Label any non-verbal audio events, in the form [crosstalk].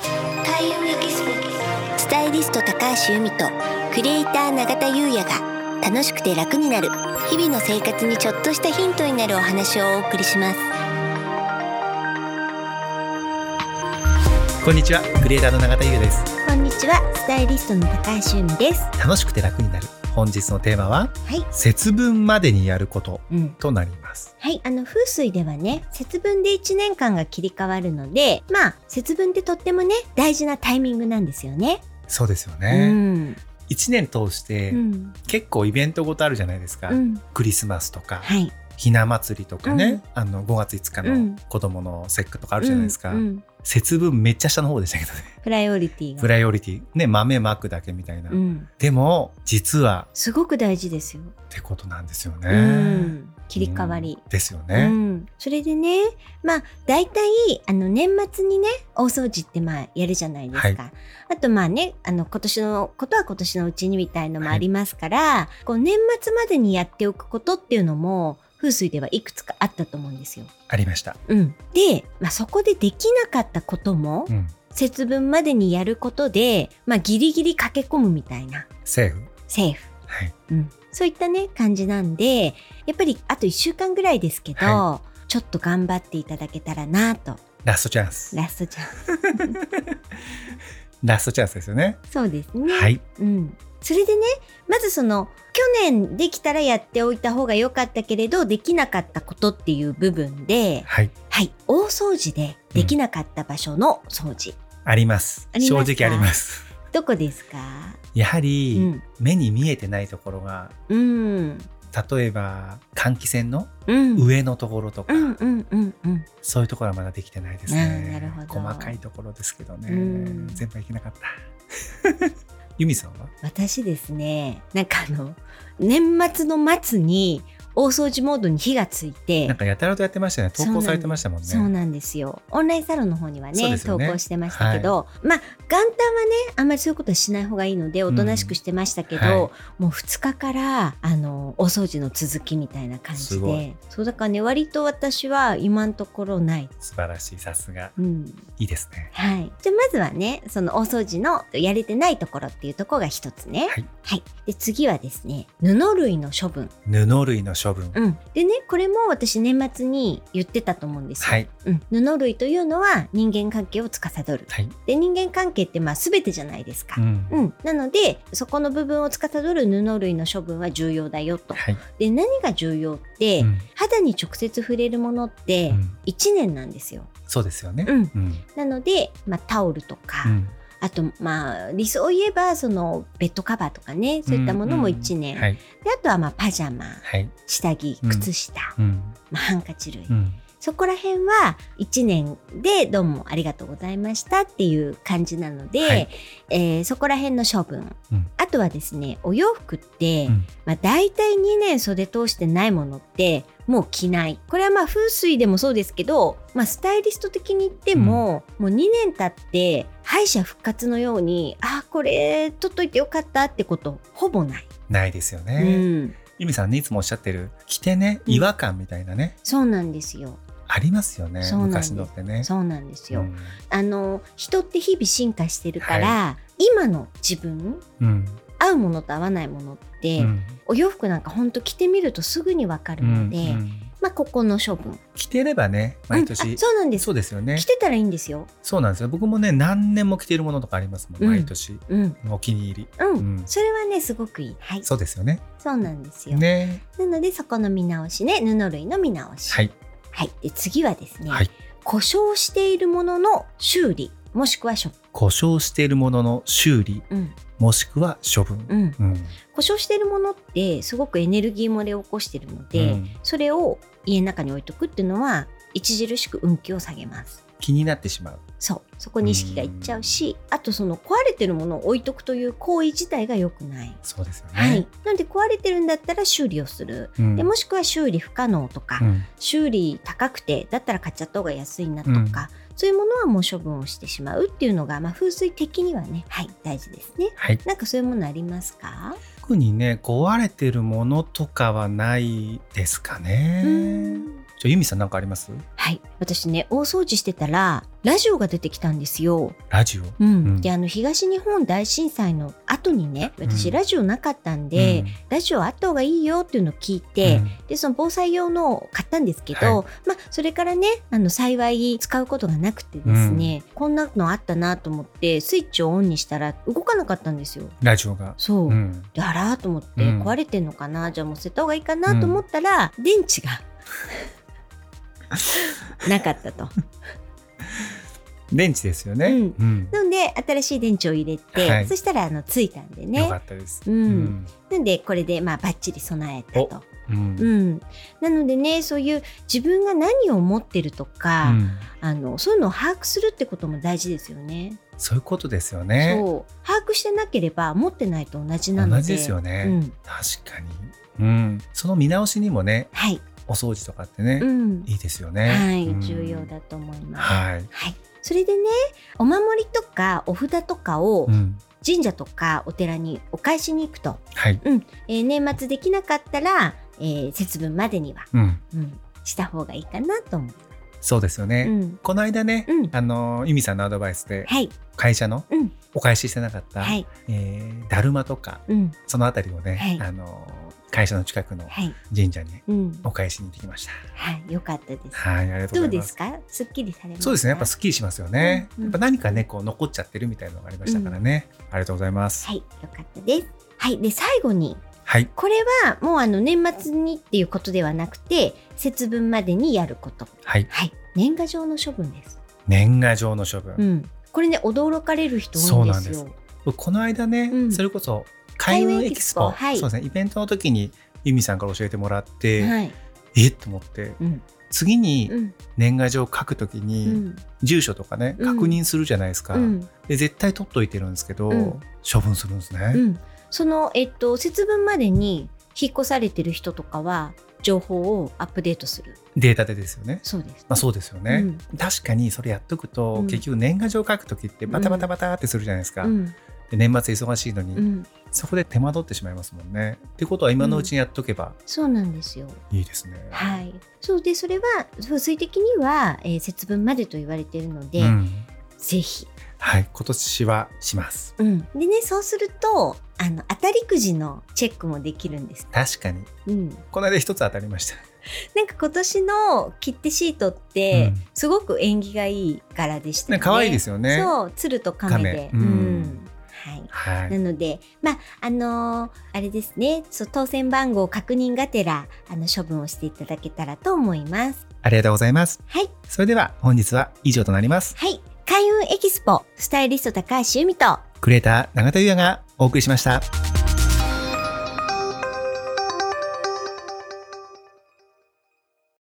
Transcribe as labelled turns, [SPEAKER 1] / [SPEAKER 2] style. [SPEAKER 1] 田優也ギススタイリスト高橋由美とクリエイター永田優也が楽しくて楽になる日々の生活にちょっとしたヒントになるお話をお送りします
[SPEAKER 2] こんにちは、クリエイターの永田優です。
[SPEAKER 1] こんにちはスタイリストの高橋由美ですは
[SPEAKER 2] 楽しくて楽になる。本日のテーマは、
[SPEAKER 1] い
[SPEAKER 2] 節分までにやること
[SPEAKER 1] うん
[SPEAKER 2] となります。
[SPEAKER 1] はい。あの、風水ではね、節分で1年間が切り替わるので、まあ、節分ってとってもね、大事なタイミングなんですよね。
[SPEAKER 2] そうですよ
[SPEAKER 1] う
[SPEAKER 2] ね。
[SPEAKER 1] ん。
[SPEAKER 2] 一、年通して、
[SPEAKER 1] うん。
[SPEAKER 2] 結構イベントごとあるじゃないですか。
[SPEAKER 1] うん。
[SPEAKER 2] クリスマスとか、
[SPEAKER 1] はい。
[SPEAKER 2] ひな祭りとかね、
[SPEAKER 1] うん
[SPEAKER 2] あの5月5日
[SPEAKER 1] うん
[SPEAKER 2] の子供の節句とかあるじゃないですか。
[SPEAKER 1] うんうん
[SPEAKER 2] 節分めっちゃ下の方でしたけどね。
[SPEAKER 1] プライオリティが。
[SPEAKER 2] プライオリティ。ね、豆まくだけみたいな。
[SPEAKER 1] うん。
[SPEAKER 2] でも、実は
[SPEAKER 1] すごく大事ですよ。
[SPEAKER 2] ってことなんですよね。
[SPEAKER 1] うん。切り替わり。
[SPEAKER 2] うんですよ
[SPEAKER 1] う
[SPEAKER 2] ね。
[SPEAKER 1] ん、それでねまあ大体あの年末にね大掃除ってまあやるじゃないですか、あとまあねあの今年のことは今年のうちにみたいのもありますから、こう年末までにやっておくことっていうのも風水ではいくつかあったと思うんですよ。
[SPEAKER 2] ありました。
[SPEAKER 1] うん、で、まあ、そこでできなかったことも
[SPEAKER 2] うん。
[SPEAKER 1] 節分までにやることで、まあ、ギリギリ駆け込むみたいな
[SPEAKER 2] セーフ。
[SPEAKER 1] セーフ
[SPEAKER 2] はい。
[SPEAKER 1] うん、そういったね感じなんでやっぱりあと1週間ぐらいですけど、
[SPEAKER 2] は
[SPEAKER 1] ちょっと頑張っていただけたらなと
[SPEAKER 2] ラストチャンス。
[SPEAKER 1] ラストちゃん
[SPEAKER 2] ラストチャンスですよね。
[SPEAKER 1] そうですね、
[SPEAKER 2] はい。
[SPEAKER 1] うん、それでねまずその去年できたらやっておいた方が良かったけれどできなかったことっていう部分で、
[SPEAKER 2] はい。
[SPEAKER 1] はい、大掃除でできなかった場所の掃除、
[SPEAKER 2] あります。
[SPEAKER 1] ありますか
[SPEAKER 2] 正直あります。 [laughs]
[SPEAKER 1] どこですか
[SPEAKER 2] やは
[SPEAKER 1] う
[SPEAKER 2] り、
[SPEAKER 1] ん
[SPEAKER 2] 目に見えてないところが、
[SPEAKER 1] うん
[SPEAKER 2] 例えば換気扇の
[SPEAKER 1] うんうん
[SPEAKER 2] 上のところとか、
[SPEAKER 1] うんうんうん
[SPEAKER 2] そういうところはまだできてないです
[SPEAKER 1] あーな
[SPEAKER 2] ね。
[SPEAKER 1] るほど
[SPEAKER 2] 細かいところですけどね。
[SPEAKER 1] うん
[SPEAKER 2] 全部はいけなかった。 [laughs] ユミさんは
[SPEAKER 1] 私ですねなんかあの年末の末に大掃除モードに火がついて、
[SPEAKER 2] なんかやたらとやってましたね。投稿されてましたもんね。
[SPEAKER 1] そうなんですよオンラインサロンの方には
[SPEAKER 2] そう
[SPEAKER 1] ね
[SPEAKER 2] です
[SPEAKER 1] 投
[SPEAKER 2] よね
[SPEAKER 1] 稿してましたけど、まあ元旦はねあんまりそういうことはしない方がいいのでおとなしくしてましたけど、
[SPEAKER 2] はい
[SPEAKER 1] もう2日からあのお掃除の続きみたいな感
[SPEAKER 2] す
[SPEAKER 1] じ
[SPEAKER 2] ご
[SPEAKER 1] で
[SPEAKER 2] い
[SPEAKER 1] そうだからね割と私は今のところない。
[SPEAKER 2] 素晴らしい。さすが。
[SPEAKER 1] うん
[SPEAKER 2] いいですね。
[SPEAKER 1] はい、じゃあまずはねそのお掃除のやれてないところっていうところが一つね、
[SPEAKER 2] はい
[SPEAKER 1] で次はですね布類の処分、
[SPEAKER 2] 布類の処分。
[SPEAKER 1] うん、でねこれも私年末に言ってたと思うんですよ、
[SPEAKER 2] はい。
[SPEAKER 1] うん、布類というのは人間関係を司る
[SPEAKER 2] はい。
[SPEAKER 1] で人間関係ってまあ全てじゃないですか、
[SPEAKER 2] ん
[SPEAKER 1] うんなのでそこの部分を司る布類の処分は重要だよと
[SPEAKER 2] はい。
[SPEAKER 1] で何が重要って、
[SPEAKER 2] うん
[SPEAKER 1] 肌に直接触れるものって
[SPEAKER 2] うん
[SPEAKER 1] 1年なんですよ、
[SPEAKER 2] そうですよね。
[SPEAKER 1] うん
[SPEAKER 2] うん。
[SPEAKER 1] なので、まあ、タオルとか、
[SPEAKER 2] うん
[SPEAKER 1] あとまあ理想を言えばそのベッドカバーとかねそういったものも1年、
[SPEAKER 2] はい。
[SPEAKER 1] であとはまあパジャマ
[SPEAKER 2] はい。
[SPEAKER 1] 下着
[SPEAKER 2] うん
[SPEAKER 1] 靴下、
[SPEAKER 2] うん。
[SPEAKER 1] まあ、ハンカチ類、
[SPEAKER 2] うん。
[SPEAKER 1] そこら辺は1年でどうもありがとうございましたっていう感じなので、
[SPEAKER 2] はい
[SPEAKER 1] えーそこら辺の処分、
[SPEAKER 2] うん
[SPEAKER 1] あとはですねお洋服って、
[SPEAKER 2] うん
[SPEAKER 1] まあ、大体2年袖通してないものってもう着ないこれはまあ風水でもそうですけど、まあ、スタイリスト的に言っても、もう2年経って敗者復活のようにああこれ取っといてよかったってことほぼない、
[SPEAKER 2] ないですよね。
[SPEAKER 1] うん、
[SPEAKER 2] ゆみさんねいつもおっしゃってる着てね違和感みたいなね、
[SPEAKER 1] そうなんですよ
[SPEAKER 2] ありますよね
[SPEAKER 1] そうなんです
[SPEAKER 2] 昔のってね。
[SPEAKER 1] そうなんですよ、
[SPEAKER 2] うん
[SPEAKER 1] あの人って日々進化してるから、今の自分
[SPEAKER 2] うん
[SPEAKER 1] 合うものと合わないものって、
[SPEAKER 2] うん
[SPEAKER 1] お洋服なんかほんと着てみるとすぐにわかる
[SPEAKER 2] う
[SPEAKER 1] の
[SPEAKER 2] ん
[SPEAKER 1] で、
[SPEAKER 2] うん
[SPEAKER 1] まあここの処分
[SPEAKER 2] 着てればね毎
[SPEAKER 1] うん
[SPEAKER 2] 年、
[SPEAKER 1] あそうなんです
[SPEAKER 2] そうですよね
[SPEAKER 1] 着てたらいいんですよ
[SPEAKER 2] そうなんですよ僕もね何年も着てるものとかありますもん、
[SPEAKER 1] うん
[SPEAKER 2] 毎年
[SPEAKER 1] うん
[SPEAKER 2] お気に入り、
[SPEAKER 1] うん、
[SPEAKER 2] うん
[SPEAKER 1] それはねすごくいいはいそ
[SPEAKER 2] そうですよね
[SPEAKER 1] うなんですよ、
[SPEAKER 2] ね
[SPEAKER 1] なのでそこの見直しね布類の見直し
[SPEAKER 2] はい
[SPEAKER 1] はい、で次はですね、
[SPEAKER 2] はい
[SPEAKER 1] 故障しているものの修理もしくは処分
[SPEAKER 2] 故障しているものの修理
[SPEAKER 1] うん
[SPEAKER 2] もしくは処分、
[SPEAKER 1] うん
[SPEAKER 2] うん
[SPEAKER 1] 故障しているものってすごくエネルギー漏れを起こしてるので、
[SPEAKER 2] うん
[SPEAKER 1] それを家の中に置いとくっていうのは著しく運気を下げます
[SPEAKER 2] 気になってしまう
[SPEAKER 1] そうそこに意識がいっちゃうしあとその壊れてるものを置いとくという行為自体が良くない、
[SPEAKER 2] そうですよね、
[SPEAKER 1] はいなので壊れてるんだったら修理をする
[SPEAKER 2] うん
[SPEAKER 1] でもしくは修理不可能とか、
[SPEAKER 2] うん
[SPEAKER 1] 修理高くてだったら買っちゃった方が安いなとか、そういうものはもう処分をしてしまうっていうのが、まあ、風水的にはねはい大事ですね
[SPEAKER 2] はい
[SPEAKER 1] なんかそういうものありますか
[SPEAKER 2] 特にね壊れてるものとかはないですかね
[SPEAKER 1] うーん
[SPEAKER 2] じゃあユミさんなんかあります
[SPEAKER 1] はい私ね大掃除してたらラジオが出てきたんですよ。
[SPEAKER 2] ラジオ
[SPEAKER 1] うん
[SPEAKER 2] うん
[SPEAKER 1] であの東日本大震災の後にね私
[SPEAKER 2] うん
[SPEAKER 1] ラジオなかったんで、
[SPEAKER 2] うん
[SPEAKER 1] ラジオあった方がいいよっていうのを聞いて、
[SPEAKER 2] うん
[SPEAKER 1] でその防災用のを買ったんですけど、まあ、それからねあの幸い使うことがなくてですね、こんなのあったなと思ってスイッチをオンにしたら動かなかったんですよ。
[SPEAKER 2] ラジオが、
[SPEAKER 1] そう、
[SPEAKER 2] うん、
[SPEAKER 1] であらーと思って
[SPEAKER 2] うん
[SPEAKER 1] 壊れてんのかな、じゃあもう捨てた方がいいかなと思ったら、電池
[SPEAKER 2] [laughs]
[SPEAKER 1] がなかったと。
[SPEAKER 2] 電池ですよね、
[SPEAKER 1] うん
[SPEAKER 2] うん
[SPEAKER 1] なので新しい電池を入れて、
[SPEAKER 2] はい
[SPEAKER 1] そしたらあのついたんで
[SPEAKER 2] よ
[SPEAKER 1] ね
[SPEAKER 2] かったです、
[SPEAKER 1] うんなんでこれでまあバッチリ備えたと。
[SPEAKER 2] うんうん
[SPEAKER 1] うん、なのでねそういう自分が何を持ってるとか、
[SPEAKER 2] うん
[SPEAKER 1] あのそういうのを把握するってことも大事ですよね。
[SPEAKER 2] そういうことですよね
[SPEAKER 1] そう把握してなければ持ってないと同じなので
[SPEAKER 2] 同じですよね、
[SPEAKER 1] うん、
[SPEAKER 2] 確かに、うん、その見直しにもね
[SPEAKER 1] はい、
[SPEAKER 2] お掃除とかってね、
[SPEAKER 1] うん
[SPEAKER 2] いいですよね
[SPEAKER 1] はい
[SPEAKER 2] うん
[SPEAKER 1] 重要だと思います。
[SPEAKER 2] はい、
[SPEAKER 1] はい、それでねお守りとかお札とかを
[SPEAKER 2] うん
[SPEAKER 1] 神社とかお寺にお返しに行くと、
[SPEAKER 2] はい
[SPEAKER 1] えー年末できなかったら、えー節分までには、
[SPEAKER 2] うん、
[SPEAKER 1] うん、した方がいいかなと思う。
[SPEAKER 2] そうですよね、
[SPEAKER 1] うん
[SPEAKER 2] この間ね、
[SPEAKER 1] うん
[SPEAKER 2] あの由美さんのアドバイスで
[SPEAKER 1] はい、
[SPEAKER 2] 会社の
[SPEAKER 1] うん
[SPEAKER 2] お返ししてなかった、
[SPEAKER 1] はい、
[SPEAKER 2] えーだるまとか
[SPEAKER 1] うん、
[SPEAKER 2] そのあたりをね、
[SPEAKER 1] はい
[SPEAKER 2] あの会社の近くの
[SPEAKER 1] はい、
[SPEAKER 2] 神社に
[SPEAKER 1] うん
[SPEAKER 2] お、返しに行ってきました。
[SPEAKER 1] はい、よかったです。
[SPEAKER 2] はい、ありがとう
[SPEAKER 1] どう
[SPEAKER 2] ござい
[SPEAKER 1] で
[SPEAKER 2] ますす。
[SPEAKER 1] か？すっきりされました。
[SPEAKER 2] そうですね、やっぱすっきりしますよね。
[SPEAKER 1] うんうん
[SPEAKER 2] やっぱ何かね、こう残っちゃってるみたいなのがありましたからね。ありがとうございます。
[SPEAKER 1] はい、よかったです。はい、で最後に
[SPEAKER 2] はい、
[SPEAKER 1] これはもうあの年末にっていうことではなくて節分までにやること。
[SPEAKER 2] はい、
[SPEAKER 1] はい、年賀状の処分です。
[SPEAKER 2] 年賀状の処分。
[SPEAKER 1] うん、これね驚かれる人
[SPEAKER 2] そ
[SPEAKER 1] 多
[SPEAKER 2] う
[SPEAKER 1] いんで
[SPEAKER 2] なん
[SPEAKER 1] す
[SPEAKER 2] で
[SPEAKER 1] よ。
[SPEAKER 2] す僕この間ね、
[SPEAKER 1] うん
[SPEAKER 2] それこそ開運エキスポ、
[SPEAKER 1] 開運エキスポはい
[SPEAKER 2] そうですね、イベントの時に由美さんから教えてもらって、
[SPEAKER 1] はい、
[SPEAKER 2] えっと思って、
[SPEAKER 1] うん、
[SPEAKER 2] 次
[SPEAKER 1] う
[SPEAKER 2] に
[SPEAKER 1] ん、
[SPEAKER 2] 年賀状書く時
[SPEAKER 1] う
[SPEAKER 2] に
[SPEAKER 1] ん、
[SPEAKER 2] 住所とかね、
[SPEAKER 1] うん
[SPEAKER 2] 確認するじゃないですか。
[SPEAKER 1] うん、
[SPEAKER 2] で絶対取っといてるんですけど、
[SPEAKER 1] うん
[SPEAKER 2] 処分するんですね。
[SPEAKER 1] うん、そのえっと節分までに引っ越されてる人とかは情報をアップデートする。
[SPEAKER 2] データでですよね。
[SPEAKER 1] そうです。
[SPEAKER 2] まあそうですよね、
[SPEAKER 1] うん
[SPEAKER 2] 確かにそれやっとくと、
[SPEAKER 1] うん
[SPEAKER 2] 結局年賀状書く時ってバタバタバタってするじゃないですか、
[SPEAKER 1] うん、
[SPEAKER 2] で年末忙しいのに、
[SPEAKER 1] うん、
[SPEAKER 2] そこで手間取ってしまいますもんねってことは今のうちにやっとけば
[SPEAKER 1] そうなんですよ。
[SPEAKER 2] いいですね、
[SPEAKER 1] はい、そうでそれは風水的には、えー節分までと言われているので、
[SPEAKER 2] うん
[SPEAKER 1] ぜひ、
[SPEAKER 2] はい今年はします
[SPEAKER 1] うん、でねそうするとあの当たりくじのチェックもできるんです、
[SPEAKER 2] 確かに
[SPEAKER 1] うん、
[SPEAKER 2] この間一つ当たりました
[SPEAKER 1] なんか今年の切手シートって、
[SPEAKER 2] うん
[SPEAKER 1] すごく縁起がいい柄でしたよ [laughs]
[SPEAKER 2] ね
[SPEAKER 1] ね
[SPEAKER 2] 可愛いですすよね
[SPEAKER 1] そう鶴と亀で
[SPEAKER 2] 亀うん
[SPEAKER 1] はいな
[SPEAKER 2] は
[SPEAKER 1] いので、まあ、あのーあれですね、そう当選番号確認がてら、あの、処分をしていただけたらと思います。
[SPEAKER 2] ありがとうございます
[SPEAKER 1] はい。
[SPEAKER 2] それでは本日は以上となります
[SPEAKER 1] はい。開運エキスポ、スタイリスト高橋由美と、
[SPEAKER 2] クリエイター永田裕也がお送りしました